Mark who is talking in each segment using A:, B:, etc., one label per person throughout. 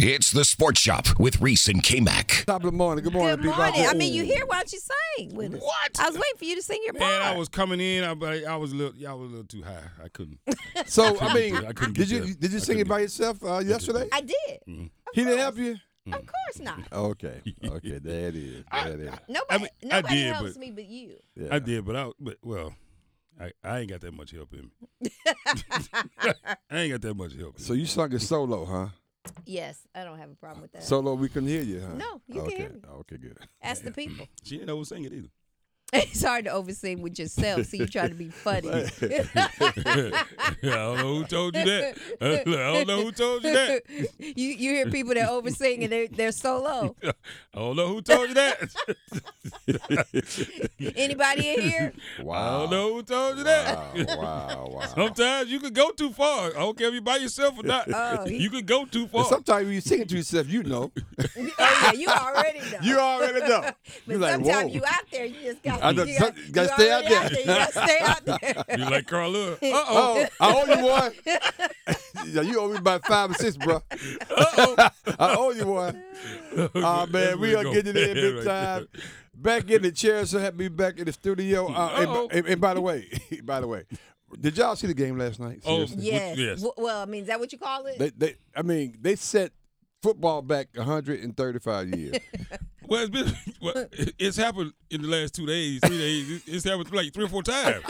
A: It's the Sports Shop with Reese and K Mac.
B: Top of the morning. Good morning,
C: Good morning.
B: people.
C: I mean, you hear why don't you sing with us?
A: What?
C: I was waiting for you to sing your part.
D: Man, I was coming in, I, but I was a little, I was a little too high. I couldn't.
B: So I
D: couldn't
B: mean,
D: do it. I couldn't
B: did
D: get
B: you
D: there.
B: did you
D: I
B: sing it
D: couldn't
B: by yourself uh, yesterday?
C: I did.
B: He didn't help you.
D: Mm.
C: Of course not.
B: Okay, okay, there it is. There it is.
C: Nobody,
D: mean, I
C: nobody
D: did,
C: helps
D: but-
C: me but you.
B: Yeah.
D: I did, but I, but well, I, I ain't got that much help in me. I ain't got that much help. in
B: So
D: me.
B: you sung it solo, huh?
C: Yes, I don't have a problem with that.
B: Solo, we couldn't hear
D: uh,
B: you, huh?
C: No, you can
B: okay.
C: hear me.
B: Okay, good.
C: Ask the people.
D: she didn't know who sang it either.
C: It's hard to oversing with yourself, so you try to be funny.
D: I don't know who told you that. I don't know who told you that.
C: you you hear people that oversing and they're, they're so low.
D: I don't know who told you that.
C: Anybody in here?
D: I
B: Wow.
D: don't know who told you
B: Wow,
D: that.
B: wow, wow.
D: Sometimes you could go too far. I don't care if you're by yourself or not.
C: Oh, he-
D: you could go too
B: And
D: far.
B: sometimes when you sing it to yourself, you know.
C: Oh, yeah, you already know.
B: You already know.
C: But
B: You're like,
C: sometimes
B: whoa.
C: you out there, you just got
B: I know,
C: you got-
B: some- gotta
C: you
B: stay out
C: already
B: there.
C: You got to stay out there.
D: You're like Carla. Uh oh.
B: Oh, I owe you one. yeah, you owe me about five or six, bro. I owe you one. Oh man, we are getting it in big time. Back in the chair, so happy to be back in the studio. Uh, and,
D: Uh-oh.
B: and- and by the way, by the way, did y'all see the game last night?
D: Oh,
B: Seriously?
C: Yes.
D: yes.
C: W- well, I mean, is that what you call it?
B: They, they, I mean, they set football back 135 years.
D: Well, it's been well, it's happened in the last two days, three days. It- It's happened like three or four times.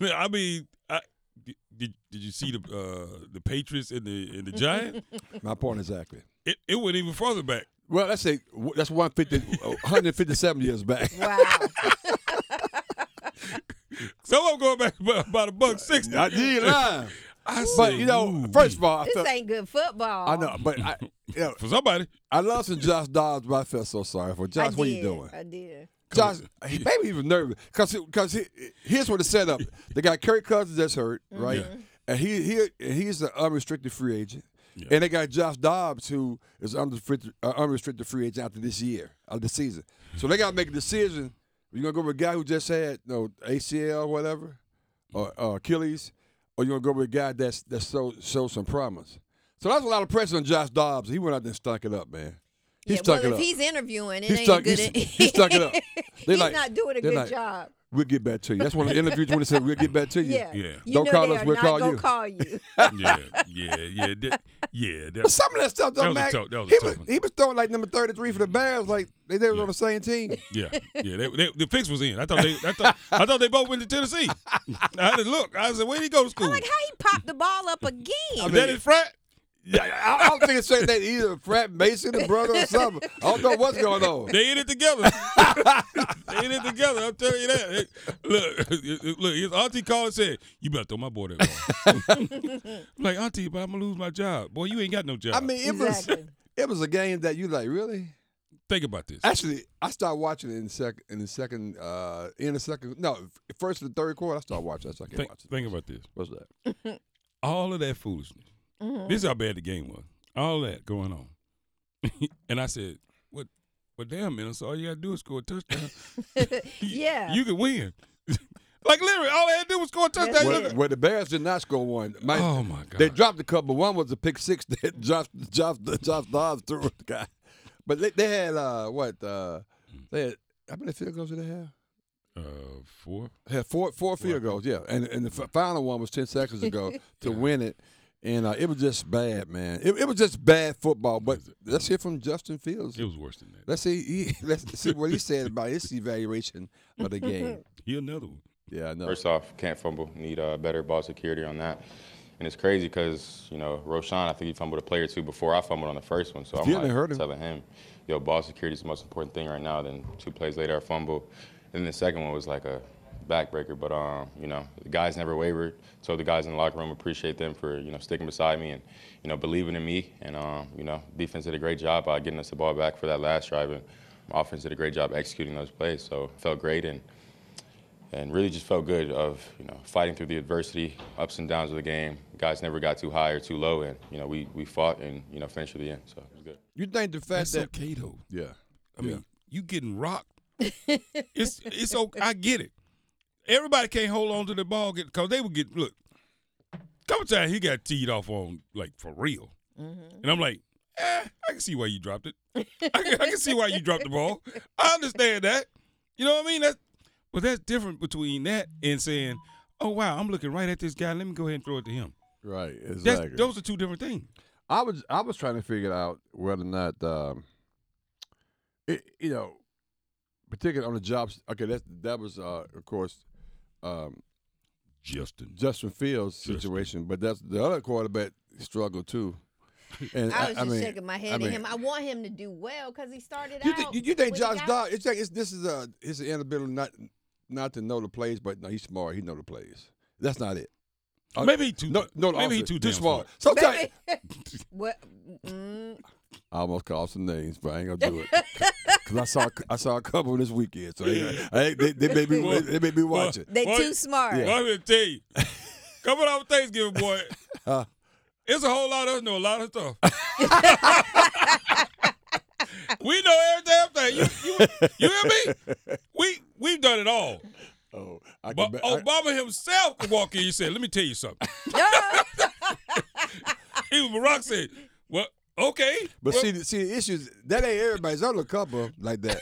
D: I mean, I, did did you see the uh, the Patriots and the and the Giants?
B: My point exactly.
D: It it went even further back.
B: Well, let's say that's 150, 157 years back.
C: Wow.
D: Some of them going back about, about a buck sixty.
B: I did lie.
D: I
B: But
D: said,
B: you know,
D: "Ooh,
B: first of all, I,
C: this
B: felt,
C: ain't good football.
B: I know, but I, you know,
D: for somebody,
B: I love some Josh Dobbs, but I felt so sorry for him.
C: I
B: Josh. What are you
C: did.
B: doing?
C: I did.
B: Josh, he, maybe he was nervous because because he, here's what it set up. They got Kirk Cousins that's hurt,
C: Mm-hmm.
B: right? And he he he's an unrestricted free agent, and they got Josh Dobbs who is unrestricted uh, unrestricted free agent after this year of the season. So they got to make a decision. You gonna go with a guy who just had no ACL or whatever, or, or Achilles, or you gonna go with a guy that's that's so shows some promise. So that's a lot of pressure on Josh Dobbs. He went out there and stuck it up, man. He
C: Yeah,
B: stuck
C: well,
B: it
C: if
B: up.
C: he's interviewing, it
B: He
C: ain't
B: stuck,
C: good.
B: he,
C: at-
B: he stuck it up. They
C: he's
B: like,
C: not doing a
B: they're
C: good
B: like,
C: job.
B: We'll get back to you. That's one of the interviews when they said, We'll get back to you.
C: Yeah.
D: Yeah.
C: You
B: Don't
C: know
B: call
C: they
B: us,
C: are
B: we'll
C: not
B: call
C: gonna
B: you.
C: call you.
D: yeah, yeah, yeah, that, yeah.
B: But
D: That,
B: some of that stuff
D: That
B: don't
D: was a
B: matter.
D: tough- that was a
B: He
D: tough
B: was,
D: one.
B: he was throwing like number 33 for the Bears, like they, they was on the same team.
D: Yeah, yeah. They, they, the fix was in. I thought they. I thought. I thought they both went to Tennessee. I had to look. I said, "Where'd he go to school?"
C: like how he popped the ball up again.
D: Is that his frat?
B: Yeah, I, I don't think it's saying that either Frat Mason, the brother, or something. I don't know what's going on.
D: They in it together. they in it together. I'm telling you that. Hey, Look, look. His auntie called and said, "You better throw my boy that ball." I'm like, auntie, but I'm gonna lose my job. Boy, you ain't got no job.
B: I mean, it was
C: Exactly.
B: it was a game that you like, really?
D: think about this.
B: Actually, I started watching it in second in the second uh in the second no first and the third quarter. I started watching. I said, I can't
D: Think,
B: watch it.
D: think about this.
B: What's that?
D: All of that foolishness. This is how bad the game was. All that going on. and I said, "What? Well, damn, Minnesota. All you gotta do is score a touchdown.
C: yeah.
D: you can win." like literally, all I had to do was score a touchdown. You
B: Well,
D: look-
B: well, the Bears did not score one. My,
D: Oh, my God.
B: They dropped a couple. One was a pick six that Josh Josh Josh Dobbs threw at the guy. But they, they had uh what uh they had how many field goals did they have?
D: Uh, four.
B: They had four four field goals, yeah. And and the f- final one was ten seconds ago to win it. And uh, it was just bad, man. It, it was just bad football. But let's hear from Justin Fields.
D: It was worse than that.
B: Let's see. He, let's see what he said about his evaluation of the game.
D: He another one.
B: Yeah, I know.
E: First off, can't fumble. Need uh, better ball security on that. And it's crazy because you know Roshan, I think he fumbled a play or two before I fumbled on the first one. So I'm
B: Yeah,
E: like
B: they hurt him.
E: telling him, "Yo, ball security is the most important thing right now." Then two plays later, I fumble. And then the second one was like a backbreaker. But um, you know, the guys never wavered. So the guys in the locker room appreciate them for you know sticking beside me and you know believing in me. And um, you know, defense did a great job by getting us the ball back for that last drive, and offense did a great job executing those plays. So it felt great and and really just felt good of you know fighting through the adversity, ups and downs of the game. Guys never got too high or too low, and you know we we fought and you know finished to the end. So it was good.
B: You think the fact
D: That's
B: that
D: okay though.
B: yeah,
D: I mean, you getting rocked. it's it's okay. I get it. Everybody can't hold on to the ball because they would get look. Couple times he got teed off on like for real.
B: Mm-hmm.
D: And I'm like, eh, I can see why you dropped it. I can, I can see why you dropped the ball. I understand that. You know what I mean? That's, but that's different between that and saying, oh, wow, I'm looking right at this guy. Let me go ahead and throw it to him.
F: Right,
D: That's,
F: exactly.
D: Those are two different things.
F: I was I was trying to figure out whether or not um, it, you know, particularly on the jobs. Okay, that that was uh, of course um,
D: Justin.
F: Justin Fields situation, but that's the other quarterback struggled too. And
C: I was just
F: mean,
C: shaking my head
F: I mean,
C: at him. I want him to do well because he started
B: You,
C: out.
B: think you think
C: when he
B: Josh
C: got-
B: Dobbs? It's like it's, this is a his inability not not to know the plays, but no, he's smart. He know the plays. That's not it. Uh,
D: maybe he too.
B: No, no, the
D: maybe he
B: opposite.
D: too,
B: too
D: damn
B: smart. Sometimes
C: What? Mm,
F: I almost called some names, but I ain't gonna do it because I saw I saw a couple this weekend, so I- I- they, they may be
D: Well,
F: they may be watching.
C: they
D: What?
C: too smart.
D: Well, I'm gonna tell you, coming off Thanksgiving, boy, it's a whole lot of us know a lot of stuff. we know every damn thing. You, you, you hear me? We we've done it all.
F: Oh, I
D: But
F: can, ba- I,
D: Obama himself could walk in and say, "Let me tell you something." Even Barack said, "Well, okay."
B: But
D: well,
B: see, the- see the issues that ain't everybody's on the cover like that.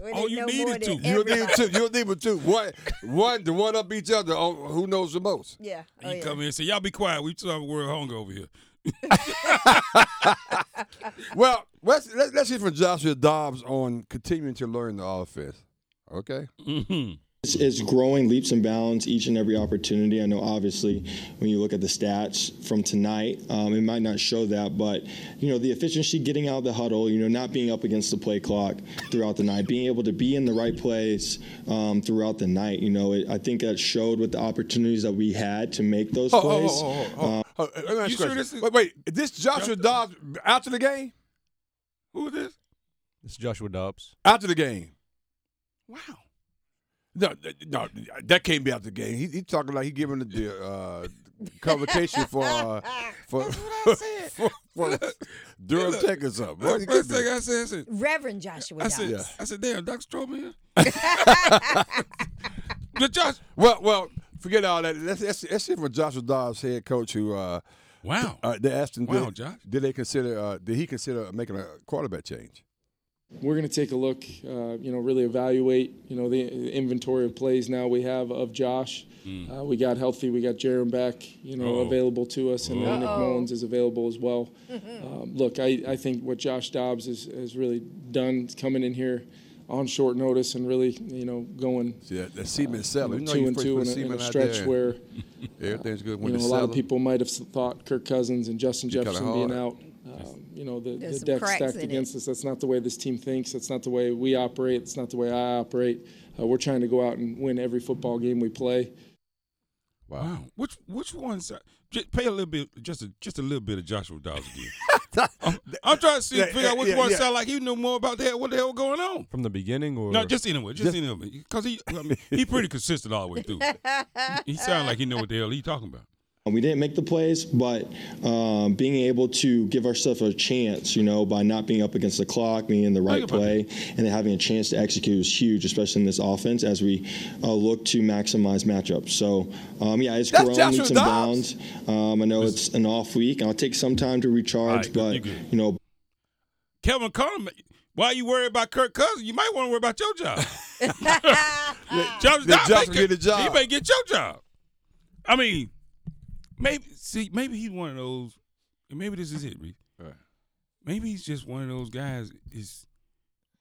C: When
D: all
C: they
D: you
C: know
D: needed
C: more than
D: to.
B: You'll need
C: everybody.
B: two. You'll need two. One, one to one up each other on who knows the most.
C: Yeah.
D: you
C: Oh, yeah.
D: come in and say, "Y'all be quiet. We still have world hunger over here."
B: Well, let's let's, let's hear from Joshua Dobbs on continuing to learn the offense. Okay.
G: It's, it's growing leaps and bounds each and every opportunity. I know, obviously, when you look at the stats from tonight, um, it might not show that, but you know, the efficiency getting out of the huddle, you know, not being up against the play clock throughout the night, being able to be in the right place um, throughout the night. You know, it, I think that showed with the opportunities that we had to make those
B: Oh, oh,
G: plays.
B: oh, oh, oh, oh. Oh, let me ask
D: Uh, You
B: you a
D: sure
B: question.
D: this is-
B: wait, wait. This Joshua Dobbs after the game?
D: Who is this?
H: It's Joshua Dobbs.
B: After the game?
D: Wow.
B: No, th- no, that can't be after the game. He, he talking like he giving the- the uh, convocation for uh,
C: Ah.
B: for, for for Durham
D: Look,
B: Tech or something. Boy, he could
D: First
B: be-
D: thing I said, I said,
C: Reverend Joshua
D: I
C: Dobbs.
D: said,
B: Yeah.
D: I said, damn, Dr. Strowman here. but Josh,
B: Well, well, forget all that. That's that's, that's it from Joshua Dobbs, head coach, who uh,
D: wow,
B: uh, they asked him.
D: Wow,
B: did,
D: Josh.
B: did they consider? Uh, did he consider making a quarterback change?
I: We're going to take a look, uh, you know, really evaluate, you know, the inventory of plays now we have of Josh.
B: Hmm.
I: Uh, we got healthy, we got Jaron back, you know,
D: Uh-oh.
I: available to us, and uh Nick
C: Uh-oh.
I: Mullins is available as well. um, look, I, I think what Josh Dobbs has, has really done is coming in here on short notice and really, you know, going
B: Yeah, that semen seller.
I: you
B: You
I: know,
B: know,
I: two
B: you
I: and
B: first
I: two
B: put
I: in a, in
B: semen
I: a
B: out
I: stretch
B: there,
I: where
B: everything's good
I: you
B: when
I: know, a
B: you
I: lot
B: sell
I: of people might have thought Kirk Cousins and Justin
B: You're kinda
I: Jefferson being
B: hard.
I: out. Um, you know, the,
C: There's
I: the
C: some
I: deck
C: cracks
I: stacked
C: in it.
I: against us. That's not the way this team thinks. That's not the way we operate. It's not the way I operate. Uh, we're trying to go out and win every football game we play.
D: wow. Which which ones? Just pay a little bit, just a, just a little bit of Joshua Dobbs again. I'm, I'm trying to see,
B: Yeah,
D: figure out which
B: yeah,
D: one
B: yeah.
D: sound like he knew more about that. What the hell going on?
H: From the beginning or
D: No, just anyway, just, anyway, because he, I mean, he pretty consistent all the way through. he sound like he know what the hell he talking about.
G: Um, We didn't make the plays, but um, being able to give ourselves a chance, you know, by not being up against the clock, being in the right
D: about
G: play, and then having a chance to execute is huge, especially in this offense as we uh, look to maximize matchups. So, um, yeah, it's
B: That's
G: grown
B: Joshua
G: leaps and
B: Dobbs.
G: bounds. Um, I know it's an off week, and I'll take some time to recharge,
D: All right, you
G: but
D: good.
G: you know,
D: Kevin Connor, why you worry about Kirk Cousins? You might want to worry about your job.
B: let
D: Josh Dobbs
B: Josh
D: may
B: get a job.
D: He may get your job. I mean, maybe see, maybe he's one of those. and Maybe this is it, Reese. Maybe he's just one of those guys. Is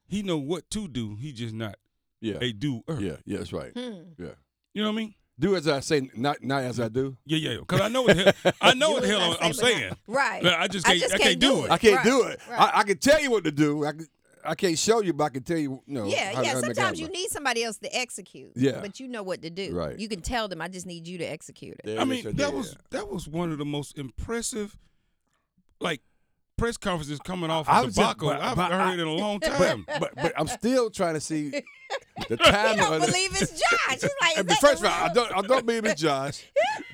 D: he know what to do? He just not
B: Yeah,
D: a doer.
B: yeah, yeah. That's right.
C: Hmm.
B: Yeah.
D: You know what I mean?
B: Do as I say, not not as I do.
D: Yeah, yeah. Because I know what the hell I know
C: Do
D: what the
C: as
D: hell
C: I
D: I'm,
C: say, but
D: I'm
C: not-
D: saying.
C: Right.
D: But I just can't. I, can't, do, it.
B: I can't
C: Right,
B: do it.
C: right.
B: I, I can tell you what to do. I can, I can't show you, but I can tell you. No.
C: Yeah, yeah. Sometimes you
B: need.
C: need somebody else to execute.
B: Yeah.
C: But you know what to do.
B: Right.
C: You can tell them, I just need you to execute it.
D: I mean, that was that was one of the most impressive, like, press conferences coming off
B: I
D: of
B: was just-
D: tobacco
B: but-
D: I've
B: but
D: heard
B: I-
D: in a long time.
B: But, but but I'm still trying to see the
C: He
B: time.
C: don't
B: of the-
C: believe it's Josh. He's like, is
B: And the
C: that
B: first
C: the
B: of all, I
C: real-
B: don't I don't believe it's Josh.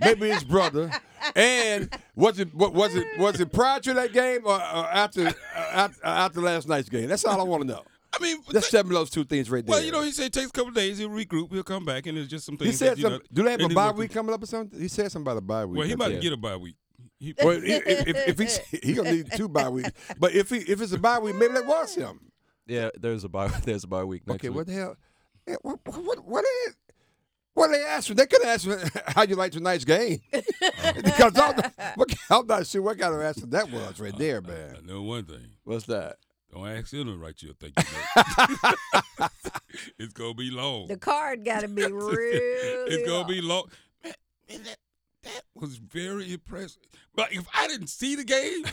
B: Maybe his brother. And was it what was it was it prior to that game or, or after uh, after, after last night's game? That's all I want to know.
D: I mean, but
B: Just
D: that-
B: tell me those two things right there.
D: well, you know, he said it takes a couple days. He'll regroup. He'll come back, and there's just some
B: he
D: things.
B: said
D: that, you know,
B: something. Do they have
D: and
B: a
D: he
B: bye
D: worked
B: week
D: through.
B: coming up or something? He said something about a bye week.
D: Well,
B: I
D: he about to
B: think.
D: get a bye week. He-
B: Well, i- i- if, if, he's he gonna need two bye weeks, but if he if it's a bye week, maybe that was him.
H: Yeah, there's a bye. There's a bye week next
B: Okay,
H: week.
B: what the hell? Yeah, What what what, what is? What they asked him? They could ask him how you like tonight's game because I'm not, look, I'm not sure what kind of answer that was right there, man.
D: I know one thing.
B: What's that?
D: Don't ask him to write you a thank you note. it's gonna be long.
C: The card got to be really.
D: it's gonna
C: long.
D: be long. Man, man, that, that was very impressive. But if I didn't see the game,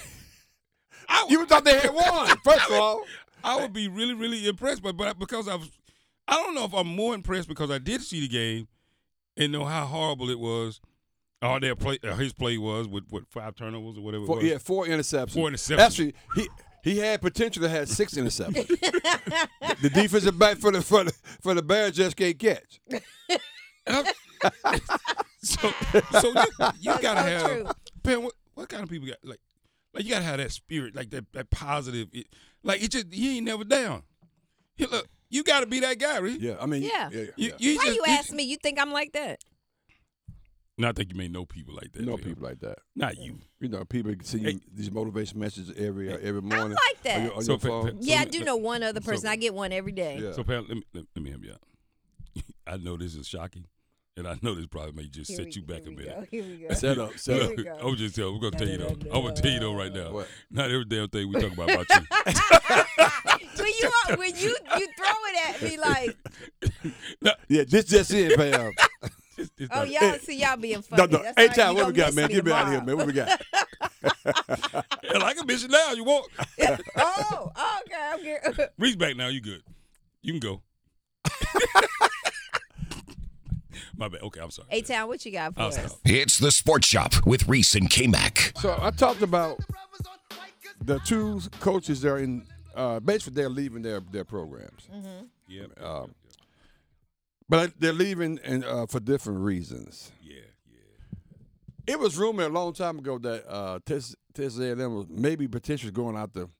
D: I would,
B: You thought they had won. First of all,
D: I would be really, really impressed. But but because I was, I don't know if I'm more impressed because I did see the game and know how horrible it was. Or their play, or his play was with what five turnovers or whatever. it
B: four,
D: was.
B: yeah, four interceptions.
D: Four interceptions.
B: Actually, he he had potential to have six interceptions. the defensive back for the for the, for the Bears just can't catch.
D: So, so you, you gotta
C: so
D: have
C: true.
D: Ben. What, what kind of people got like, like you gotta have that spirit, like that that positive. It, like it just he ain't never down. You look, you gotta be that guy, right?
B: Yeah, I mean,
C: Yeah.
B: yeah,
D: You, you
C: Why
D: just,
C: you ask me? You think I'm like that?
D: No, I think you may know people like that.
B: No
D: Phil.
B: people like that.
D: not you.
B: You know, people can see
D: Hey.
B: these motivation messages every uh, every
C: I'm
B: morning.
C: like
B: on
C: that.
B: your, on
D: So,
B: your
D: Pat-
B: phone.
D: Pat-
C: Yeah, I
D: so-
C: do know one other
D: so-
C: person. I get one every day.
B: Yeah.
D: So, Pam, let me let, let me help you out. I know this is shocking, and I know this probably may just
C: Here
D: set
C: we-
D: you back a
C: here we
D: minute.
C: go, Here we go.
B: Set up, set up.
C: Here we go.
D: I'm just tell. We're gonna tell you though. I'm gonna tell you though right now.
B: What?
D: Not every damn thing we talk about about you.
C: when you are- when you you throw it at me like,
B: Yeah, this just in, Pam.
D: It's- it's
C: oh
D: not-
C: y'all see y'all being funny.
B: no, no.
C: That's
B: Hey,
C: why
B: Ty,
C: you
B: what we
C: gonna
B: got,
C: miss
B: man?
C: me
B: Get me out of here,
C: tomorrow.
B: man. What we got?
D: And like a bitch now. You won't
C: oh, oh, okay, I'm good.
D: reach back now. You good? You can go. My bad. Okay, I'm sorry.
C: Hey, Town, what you got for
B: Oh,
D: I'll
C: us?
D: stop.
A: It's the Sports Shop with Reese and K Mac.
B: So I talked about the two coaches that are in. Uh, basically, they're leaving their their programs,
C: Mm-hmm.
D: Yeah.
B: um, but they're leaving and uh, for different reasons.
D: yeah. Yeah.
B: It was rumored a long time ago that uh, Texas Texas A&M was maybe potentially going out to,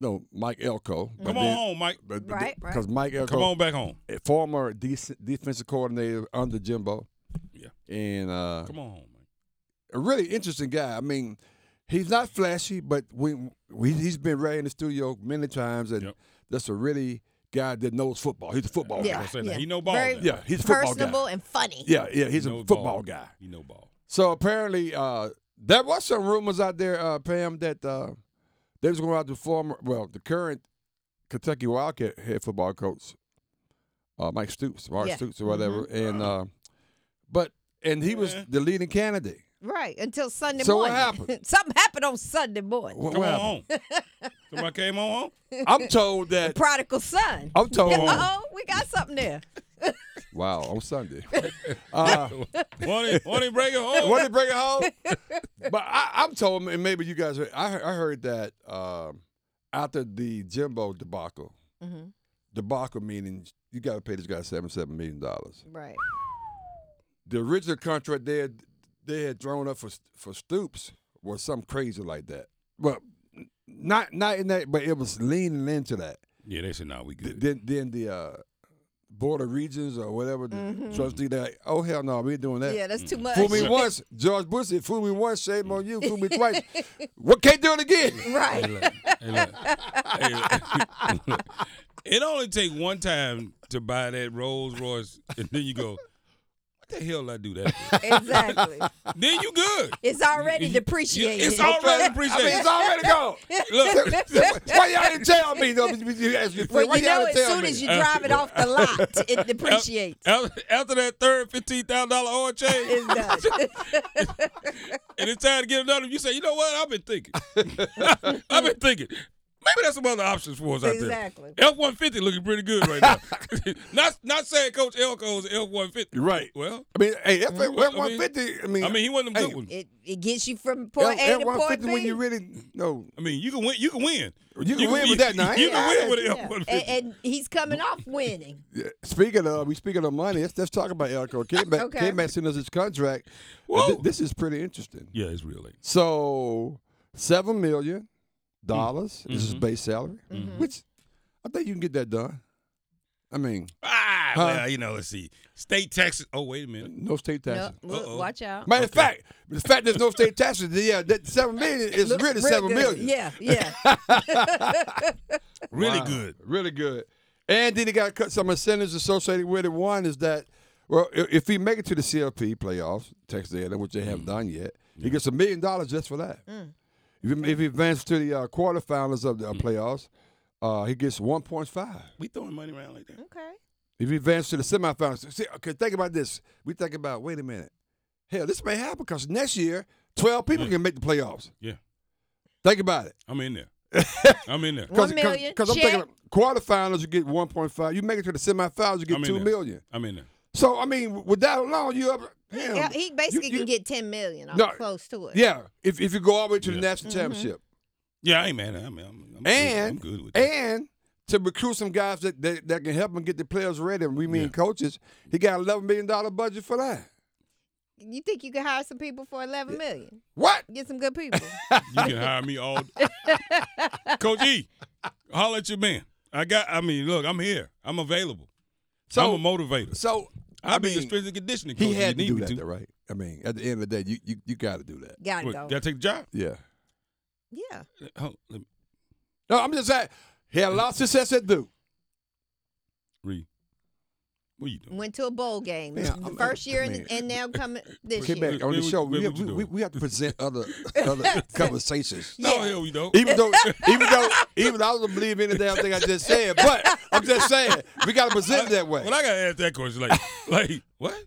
B: no, Mike Elko. but
D: Come
B: then-
D: on home, Mike.
B: but- but-
C: Right, right.
B: Because Mike Elko,
D: Come on back home.
B: a former dec- defensive coordinator under Jimbo.
D: Yeah.
B: And uh,
D: Come on home, Mike.
B: a really interesting guy. I mean, he's not flashy, but we, we he's been right in the studio many times, and
D: Yep.
B: that's a really guy that knows football. He's a football
C: Yeah.
B: guy.
D: Say that. He know ball.
C: Very
D: now.
B: Yeah, he's a football
C: Personable
B: guy.
C: and funny.
B: Yeah, yeah, he's
D: He
B: a
D: know
B: football
D: ball.
B: guy.
D: He know ball.
B: So apparently, uh, there was some rumors out there, uh, Pam, that uh, they was going out to former, well, the current Kentucky Wildcat head football coach, uh, Mike Stoops, Mark
C: Yeah.
B: Stoops, or whatever, and uh, but and he was the leading candidate.
C: Right until Sunday
B: So what
C: morning.
B: happened?
C: Something happened on Sunday morning.
B: What,
D: Come
B: what
D: on
B: happened?
D: home. Somebody came on home.
B: I'm told that.
C: Prodigal son.
B: I'm told.
C: Uh oh, we got something there.
B: Wow, on Sunday. uh,
D: Wanted, wanted break it home.
B: want to bring it home? But I, I'm told, and maybe you guys, heard, I, heard- I heard that um, after the Jimbo debacle,
C: Mhm.
B: debacle meaning you got to pay this guy seventy-seven million dollars.
C: Right.
B: The original contract they had, they had drawn up for for Stoops was something crazy like that. Well, not not in that, but it was leaning into that.
D: Yeah, they said, nah, we
B: Th-
D: good.
B: Then then the. Uh, Board of Regents or whatever the trustee that oh hell no we ain't doing that
C: Yeah, that's too much.
B: Mm. Fool me once, George Bush. said, Fool me once, shame on you. Fool me twice. What can't do it again?
C: Right.
D: Hey, look. Hey, look. Look. it only take one time to buy that Rolls Royce, and then you go, what the hell did I do that for?
C: Exactly.
D: then you good.
C: It's already depreciated.
D: It's already
B: I mean, it's
D: appreciated.
B: already gone.
D: Look,
B: Why y'all didn't tell me? though? You ask your friend,
C: Well,
B: Why
C: you know,
B: y'all didn't
C: as
B: tell
C: soon
B: me?
C: as you drive it off the lot, it depreciates.
D: after, after that third fifteen thousand dollar oil change,
C: It's done.
D: and it's time to get another, you say, you know what? I've been thinking. I've been thinking. Maybe there's some other options for us out
C: Exactly.
D: there. F one fifty looking pretty good right now. not not saying Coach Elko's F one fifty.
B: Right.
D: Well,
B: I mean, hey, F
D: I mean-
B: 150. I mean,
D: I mean he wasn't a
B: Hey,
D: good one.
C: It, it gets you from
B: F
C: point A to point
B: 150
C: B.
B: when you really no.
D: I mean, you can win. You can win.
B: You can win with that now.
D: You
B: Yeah,
D: can win with
C: Yeah.
D: F one
C: and,
D: fifty.
C: and he's coming off winning.
B: Yeah, Speaking of, we speaking of money. Let's, let's talk about Elko. Came back,
C: Uh, Okay.
B: came back, sent us his contract.
D: Whoa.
B: Th- This is pretty interesting.
D: Yeah, it's real. ain't it?
B: So seven million
C: Mm-hmm.
B: dollars is his base salary, which I think you can get that done. I mean,
D: Ah, ah, well, you know, let's see. State taxes. Oh, wait a minute.
B: No state taxes.
C: No, look,
D: Uh-oh.
C: watch out.
B: Matter of fact, the fact there's no state taxes, then, yeah, that seven million is
C: Look
B: really
C: real
B: seven
C: good.
B: million.
C: Yeah, yeah.
D: Really
B: Wow.
D: good.
B: Really good. And then he got to cut some incentives associated with it. One is that, well, i- if he make it to the CLP playoffs, Texas A&M, which they
D: Mm.
B: haven't done yet, he gets a million dollars just for that. If, he, if he advances to the uh, quarterfinals of the
D: Mm.
B: uh, playoffs, uh, he gets one point five.
D: We throwing money around like that.
C: okay.
B: If he advances to the semifinals, see, okay, think about this. We think about, wait a minute, hell, this may happen because next year, twelve people can make the playoffs.
D: Yeah.
B: Think about it.
D: I'm in there. I'm in there.
C: One million.
B: Because I'm
C: Check.
B: thinking quarterfinals, you get 1.5. You make it to the semifinals, you get
D: I'm in
B: 2
D: there.
B: million.
D: I'm in there.
B: So, I mean, with that alone, you up. Damn,
C: Yeah, he basically
B: you-
C: can get ten million or
B: No,
C: close to it.
B: Yeah, if, if you go all the way to the
D: Yeah.
B: national
C: Mm-hmm.
B: championship.
D: Yeah, I ain't mad. at- I'm, I'm, I'm,
B: And,
D: good. I'm good with that.
B: and to recruit some guys that, that, that can help him get the players ready, and we mean
D: Yeah.
B: coaches, he got $11 million budget for that.
C: You think you could hire some people for eleven million?
B: What?
C: Get some good people.
D: You can hire me all. Coach E, holler at your man. I got. I mean, look, I'm here. I'm available.
B: So-
D: I'm a motivator.
B: So,
D: I'll
B: I
D: be your
B: mean,
D: strength and conditioning coach.
B: he
D: if
B: had to
D: you need
B: do
D: me
B: that, though, right? I mean, at the end of the day, you, you, you got to do that.
C: Got it
D: What,
C: though.
D: did I take the job?
B: Yeah.
C: Yeah.
D: Hold, let me
B: No, I'm just saying, he had a lot of success at Duke.
D: read. What you doing?
C: Went to a bowl game.
B: Yeah,
C: the
B: I'm-
C: first year
B: man.
C: and, and now coming this
B: Came
C: year.
B: back on the
D: Man,
B: show.
D: what-
B: We,
D: man,
B: have,
D: what you
B: we,
D: doing?
B: we have to present other other conversations.
D: No, hell we don't.
B: Even though, even though, even though I don't believe any damn thing I just said, but I'm just saying we got to present it that way.
D: Well, I gotta ask that question. Like, like what?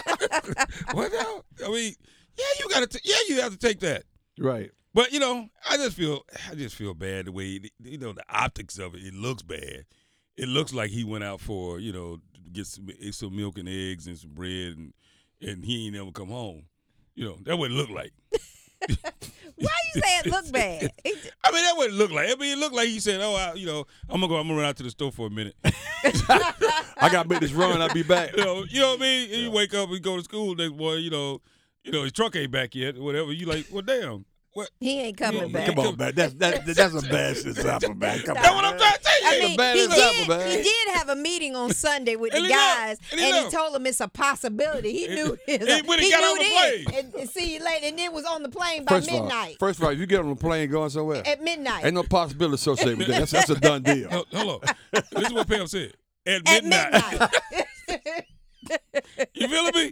D: what now? I mean, yeah, you gotta. T- yeah, you have to take that.
B: right.
D: But you know, I just feel I just feel bad the way you know the optics of it. It looks bad. It looks like he went out for you know to get some some milk and eggs and some bread and and he ain't ever come home. You know that what it looked like.
C: Why you say it look bad? It-
D: I mean that what it looked like. I mean it looked like he said, "Oh, I, you know, I'm gonna go. I'm gonna run out to the store for a minute."
B: I got to make this run. I'll be back.
D: you know, you know what I mean. And You wake up and go to school next morning. You know, you know his truck ain't back yet. or Whatever. You like, well, damn. What?
C: he ain't coming
D: Yeah,
C: back.
D: come on,
B: man. That's that, that's a bad example, man. Come
D: That's what I'm trying to tell
C: I
D: you.
C: mean,
B: bad
C: he
B: example,
C: did,
B: man.
C: he did have a meeting on Sunday with
D: And
C: the
D: he left.
C: guys, and
D: And he
C: he,
D: left.
C: told him it's a possibility. He knew
D: And when he got on the
C: then.
D: plane.
C: And, and see you later. And then was on the plane by
B: First of all,
C: midnight.
B: first of all, if you get on a plane going somewhere,
C: at midnight.
B: ain't no possibility associated with that. That's, that's a done deal.
D: Hel- Hello. this is what Pam said. At
C: at
D: midnight.
C: midnight.
D: you feeling me?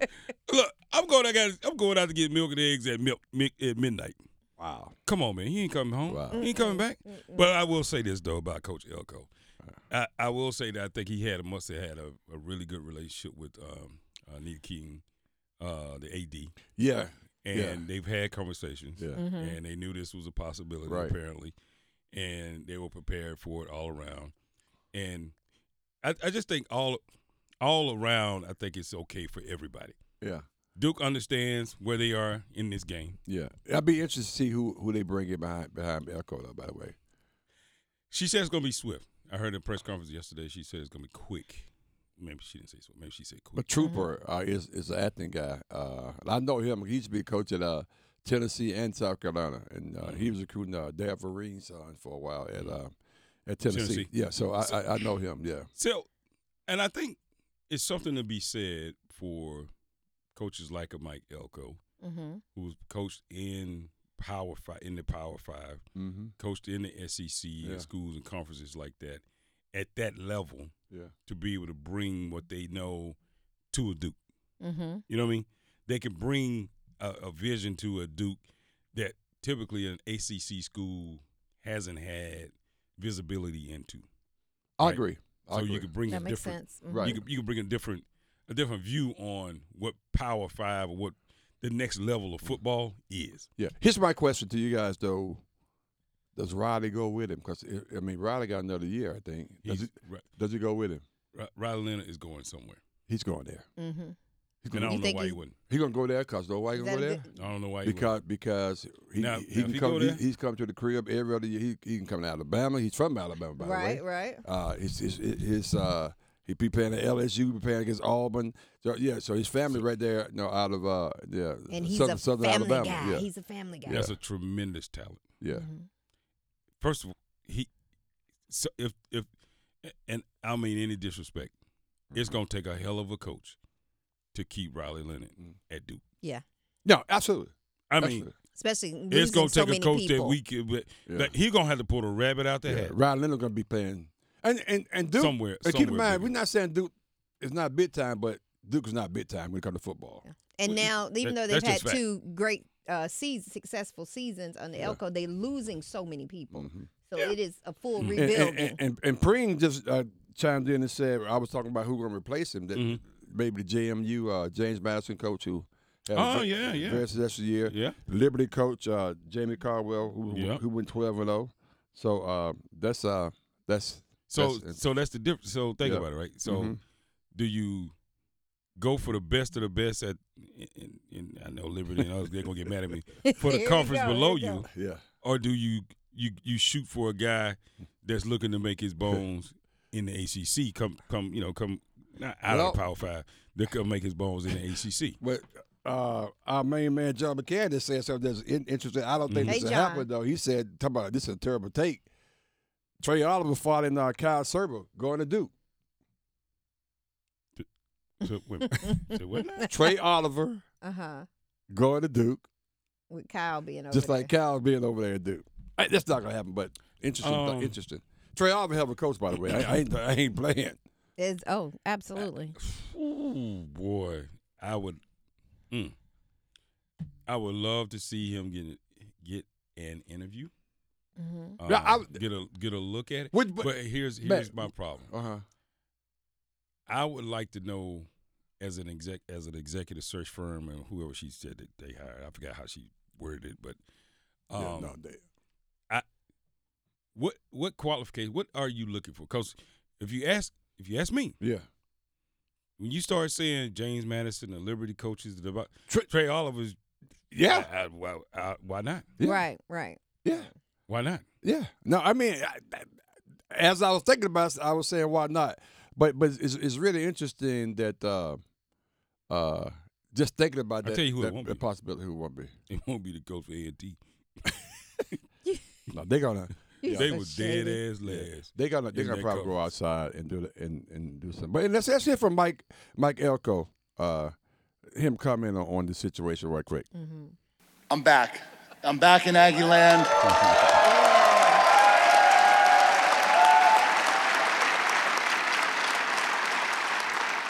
D: Look, I'm going. I got. I'm going out to get milk and eggs at milk, mi- at midnight.
B: Wow.
D: Come on, man. He ain't coming home.
B: Wow.
D: He ain't coming back. But I will say this though about Coach Elko. I, I will say that I think he had must have had a, a really good relationship with um, uh, Neil King, uh, the AD,
B: Yeah.
D: and
B: Yeah.
D: they've had conversations.
B: Yeah.
D: And they knew this was a possibility
B: Right.
D: apparently, and they were prepared for it all around. And I, I just think all all around, I think it's okay for everybody.
B: Yeah.
D: Duke understands where they are in this game.
B: Yeah. I'd be interested to see who who they bring in behind behind Elko though. By the way.
D: She said it's gonna be swift. I heard in a press conference yesterday. She said it's gonna be quick. Maybe she didn't say swift. Maybe she said quick.
B: But Trooper
D: Mm-hmm.
B: uh, is is an acting guy. Uh, and I know him. He used to be a coach at uh, Tennessee and South Carolina, and uh,
D: Mm-hmm.
B: he was recruiting uh, Dave Vereen's son for a while at uh, at Tennessee.
D: Tennessee.
B: Yeah, so I, I I know him. Yeah,
D: So, and I think it's something to be said for coaches like a Mike Elko,
C: Mm-hmm,
D: who's coached in Power Five, in the Power Five,
B: mm-hmm.
D: coached in the SEC
B: Yeah.
D: and schools and conferences like that, at that level,
B: yeah,
D: to be able to bring what they know to a Duke.
C: mm-hmm.
D: You know what I mean? They can bring a, a vision to a Duke that typically an ACC school hasn't had visibility into.
B: I
D: Right.
B: agree. I
D: So
B: agree.
D: you could bring
C: that
D: a
C: makes
D: different,
C: sense. Mm-hmm,
B: Right.
D: you could you could bring a different a different view on what Power Five or what the next level of football is.
B: Yeah. Here's my question to you guys though: Does Riley go with him? Because I mean, Riley got another year, I think. Does
D: He's,
B: he,
D: Ri-
B: does he go with him?
D: Ri- Riley Leonard is going somewhere,
B: He's going there.
C: Mm-hmm.
B: He's
D: and I
B: gonna,
D: don't know
C: think
D: why he
C: he-
D: wouldn't.
B: he gonna go there. Cause though, why he
C: Is
B: gonna go
C: that a
B: there?
C: good-
D: I don't know why he wouldn't.
B: because because he
D: Now-
B: he
D: now if
B: can
D: he
B: come
D: go
B: he-
D: there-
B: he's come to the crib every other year. He, he can come to Alabama. He's from Alabama, by
C: Right,
B: the way.
C: right.
B: Uh, his his, his uh, he be playing at LSU, be playing against Auburn. So yeah, so his family right there, you know, out of uh, yeah,
C: And he's
B: southern,
C: a
B: southern
C: family
B: Alabama.
C: guy.
B: Yeah,
C: He's a family guy. Mm-hmm.
D: That's a tremendous talent.
B: yeah,
D: first of all, he so if if and I don't mean any disrespect,
B: Mm-hmm.
D: It's gonna take a hell of a coach to keep Riley Leonard
B: Mm.
D: at Duke.
C: Yeah.
B: No, absolutely.
D: I mean,
B: Absolutely.
C: Especially losing
D: it's gonna
C: so
D: take
C: many
D: a coach
C: people.
D: that we can. But, but he gonna have to pull a rabbit out the
B: Yeah,
D: hat.
B: Ryan Leonard gonna be playing. And and and Duke
D: Somewhere-
B: And keep in
D: somewhere
B: mind,
D: big.
B: we're not saying Duke is not big time, but Duke is not big time when it comes to football.
C: And now, even though they've had
D: that's just fact.
C: two great uh, seasons, successful seasons on the Elko, they're losing so many people.
B: Mm-hmm.
C: So it is a full
B: And,
C: rebuilding.
B: and, and, and, and Preem just uh, chimed in and said, I was talking about who gonna replace him. That
D: Mm-hmm.
B: maybe the JMU uh, James Madison coach who. Had a
D: Oh,
B: ve-
D: yeah, yeah.
B: Very successful year.
D: Yeah.
B: Liberty coach uh, Jamie Caldwell who
D: Yeah.
B: who went twelve and zero. So uh, that's uh that's
D: So
B: that's,
D: so that's the difference. So think
B: Yeah.
D: about it, right? So do you go for the best of the best at? And, and I know Liberty and others they're gonna get mad at me for the
C: Here we
D: conference
C: go,
D: below
C: here we
D: you,
B: yeah.
D: or do you you you shoot for a guy that's looking to make his bones in the ACC? Come come you know come not out
B: Well-
D: of the Power Five. They come make his bones in the ACC.
B: But uh, our main man John McCann just said something that's in- interesting. I don't think
C: Mhm.
B: this
C: Hey,
B: will
C: John.
B: happen though. He said, "Talk about this is a terrible take." Trey Oliver fighting uh, Kyle Serber going to Duke.
D: So, wait, a minute. so what? now?
B: Trey Oliver
C: uh huh.
B: going to Duke,
C: With Kyle being over
B: just
C: there.
B: like "Eh." Kyle being over there at Duke. Hey, that's not gonna happen, but interesting. th-
D: Um,
B: interesting. Trey Oliver have a coach, by the way. I, I ain't, I ain't playing.
C: It's- oh, absolutely.
D: Ooh boy, I would,
B: Hmm.
D: mm. I would love to see him get get an interview.
C: Mm-hmm.
D: Um,
B: Yeah, I would-
D: get a get a look at it.
B: Would- but-
D: but, here's
B: man.
D: here's my problem.
B: Uh huh.
D: I would like to know as an exec as an executive search firm and whoever she said that they hired. I forgot how she worded it, but um,
B: yeah, no, they,
D: what what qualification? What are you looking for? Because if you ask if you ask me,
B: yeah.
D: when you start saying James Madison, the Liberty coaches, the
B: Tre-
D: Trey, Trey Oliver's,
B: Yeah.
D: I- I- why, I- why not?
B: Yeah.
C: Right, right.
B: Yeah.
D: Why not?
B: Yeah. No, I mean, I, I- as I was thinking about, it, I was saying why not, but but it's, it's really interesting that uh, uh, just thinking about
D: I'll
B: that,
D: tell you who it
B: that,
D: won't
B: that
D: be.
B: possibility who it won't be.
D: It won't be the coach for A&T.
B: No, they're gonna
C: You
D: They
C: so
D: were dead
C: shady.
D: ass last.
B: they're gonna they're
D: Isn't
B: gonna
D: that
B: probably go
D: covered?
B: outside and do the, and and do something. But let's let's hear from Mike Mike Elko, uh, him comment on, on the situation right quick.
J: I'm back. I'm back in Aggie land.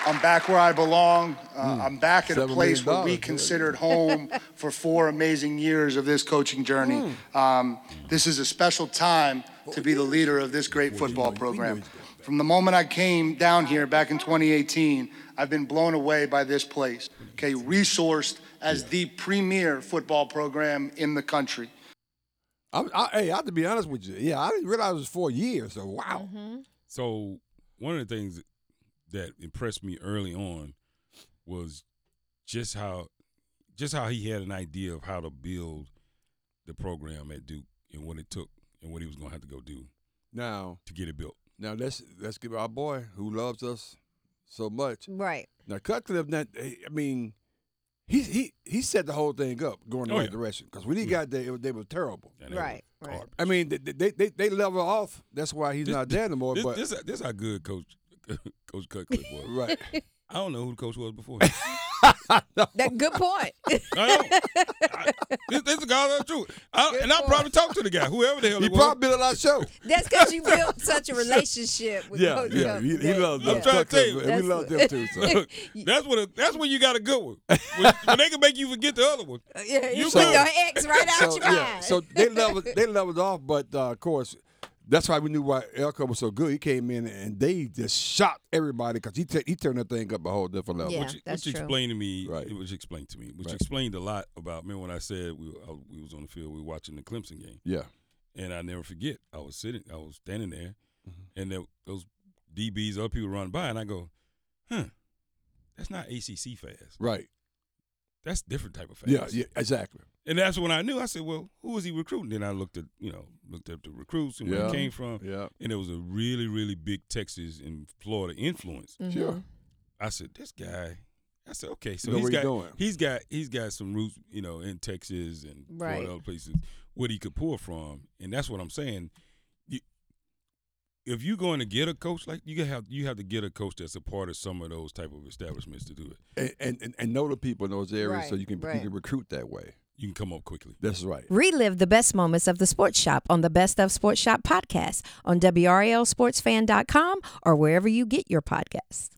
J: I'm back where I belong. Uh, I'm back at
B: Hmm.
J: a
B: Seven
J: place
B: million
J: where we
B: dollars, yeah.
J: considered home for four amazing years of this coaching journey.
B: Hmm.
J: Um, this is a special time to be the leader of this great football program. From the moment I came down here back in 2018, I've been blown away by this place. Okay, resourced as the premier football program in the country.
B: I, I, hey, I have to be honest with you. Yeah, I didn't realize it was four years. So wow.
D: So one of the things that impressed me early on was just how just how he had an idea of how to build the program at Duke and what it took and what he was gonna have to go do
B: Now
D: to get it built.
B: now let's let's give our boy who loves us so much.
C: Right.
B: Now Cutcliffe, not, I mean, he he he set the whole thing up going the
D: Oh,
B: right
D: yeah.
B: direction because when he got there, it, was- they were terrible.
D: And that was
C: Right. Right.
D: hard.
B: I mean, they they they, they level off. That's why he's not there anymore.
D: This,
B: but
D: this, this how good Coach Coach Cutcliffe was.
B: right,
D: I don't know who the coach was before. him.
C: That good point.
D: I don't. I, this, this is God's truth. I, and I probably talked to the guy, whoever the hell
B: he
D: it was.
B: probably been on our show.
C: That's because you built such a relationship with
B: yeah,
C: Coach
B: yeah,
C: Coach.
B: he, he
C: That-
B: loves
D: I'm
B: them.
D: trying to tell you,
B: Cutcliffe, and we love them
C: that's-
B: too. So.
D: that's what. A, that's when you got a good one. When, when they can make you forget the other one.
C: Yeah, you
D: You
C: put
D: go-
C: your ex right out
B: so,
C: your mind.
B: so they leveled they leveled off, but uh, of course, that's why we knew why Elko was so good. He came in and they just shot everybody because he ta- he turned that thing up a whole different level.
C: Yeah.
D: which,
C: that's
D: which
C: true.
D: explained to me,
B: Right.
D: which explained to me, which
B: Right.
D: explained a lot about. Remember when I said we were, I, we was on the field, we were watching the Clemson game,
B: Yeah,
D: and I never forget. I was sitting, I was standing there,
B: Mm-hmm.
D: and there, those DBs, other people run by, and I go, "Huh, that's not ACC fast.
B: right.
D: That's different type of fast."
B: Yeah, yeah, exactly.
D: And that's when I knew. I said, "Well, who was he recruiting?" Then I looked at, you know, looked up the recruits and where
B: Yeah.
D: he came from.
B: Yeah,
D: And there was a really, really big Texas and Florida influence.
B: sure.
D: I said, "This guy." I said, "Okay, so
B: Know
D: he's
B: where
D: got
B: he going.
D: he's got he's got some roots, you know, in Texas and
C: Right.
D: Florida, other places where he could pull from." And that's what I'm saying. You, if you're going to get a coach, like you have you have to get a coach that's a part of some of those type of establishments to do it.
B: and, and, and- and know the people in those areas so
K: Right,
B: you can
K: right.
B: you can recruit that way.
D: You can come up quickly.
B: That's right.
C: Relive the best moments of the Sports Shop on the Best of Sports Shop podcast on WRLSportsFan.com or wherever you get your podcasts.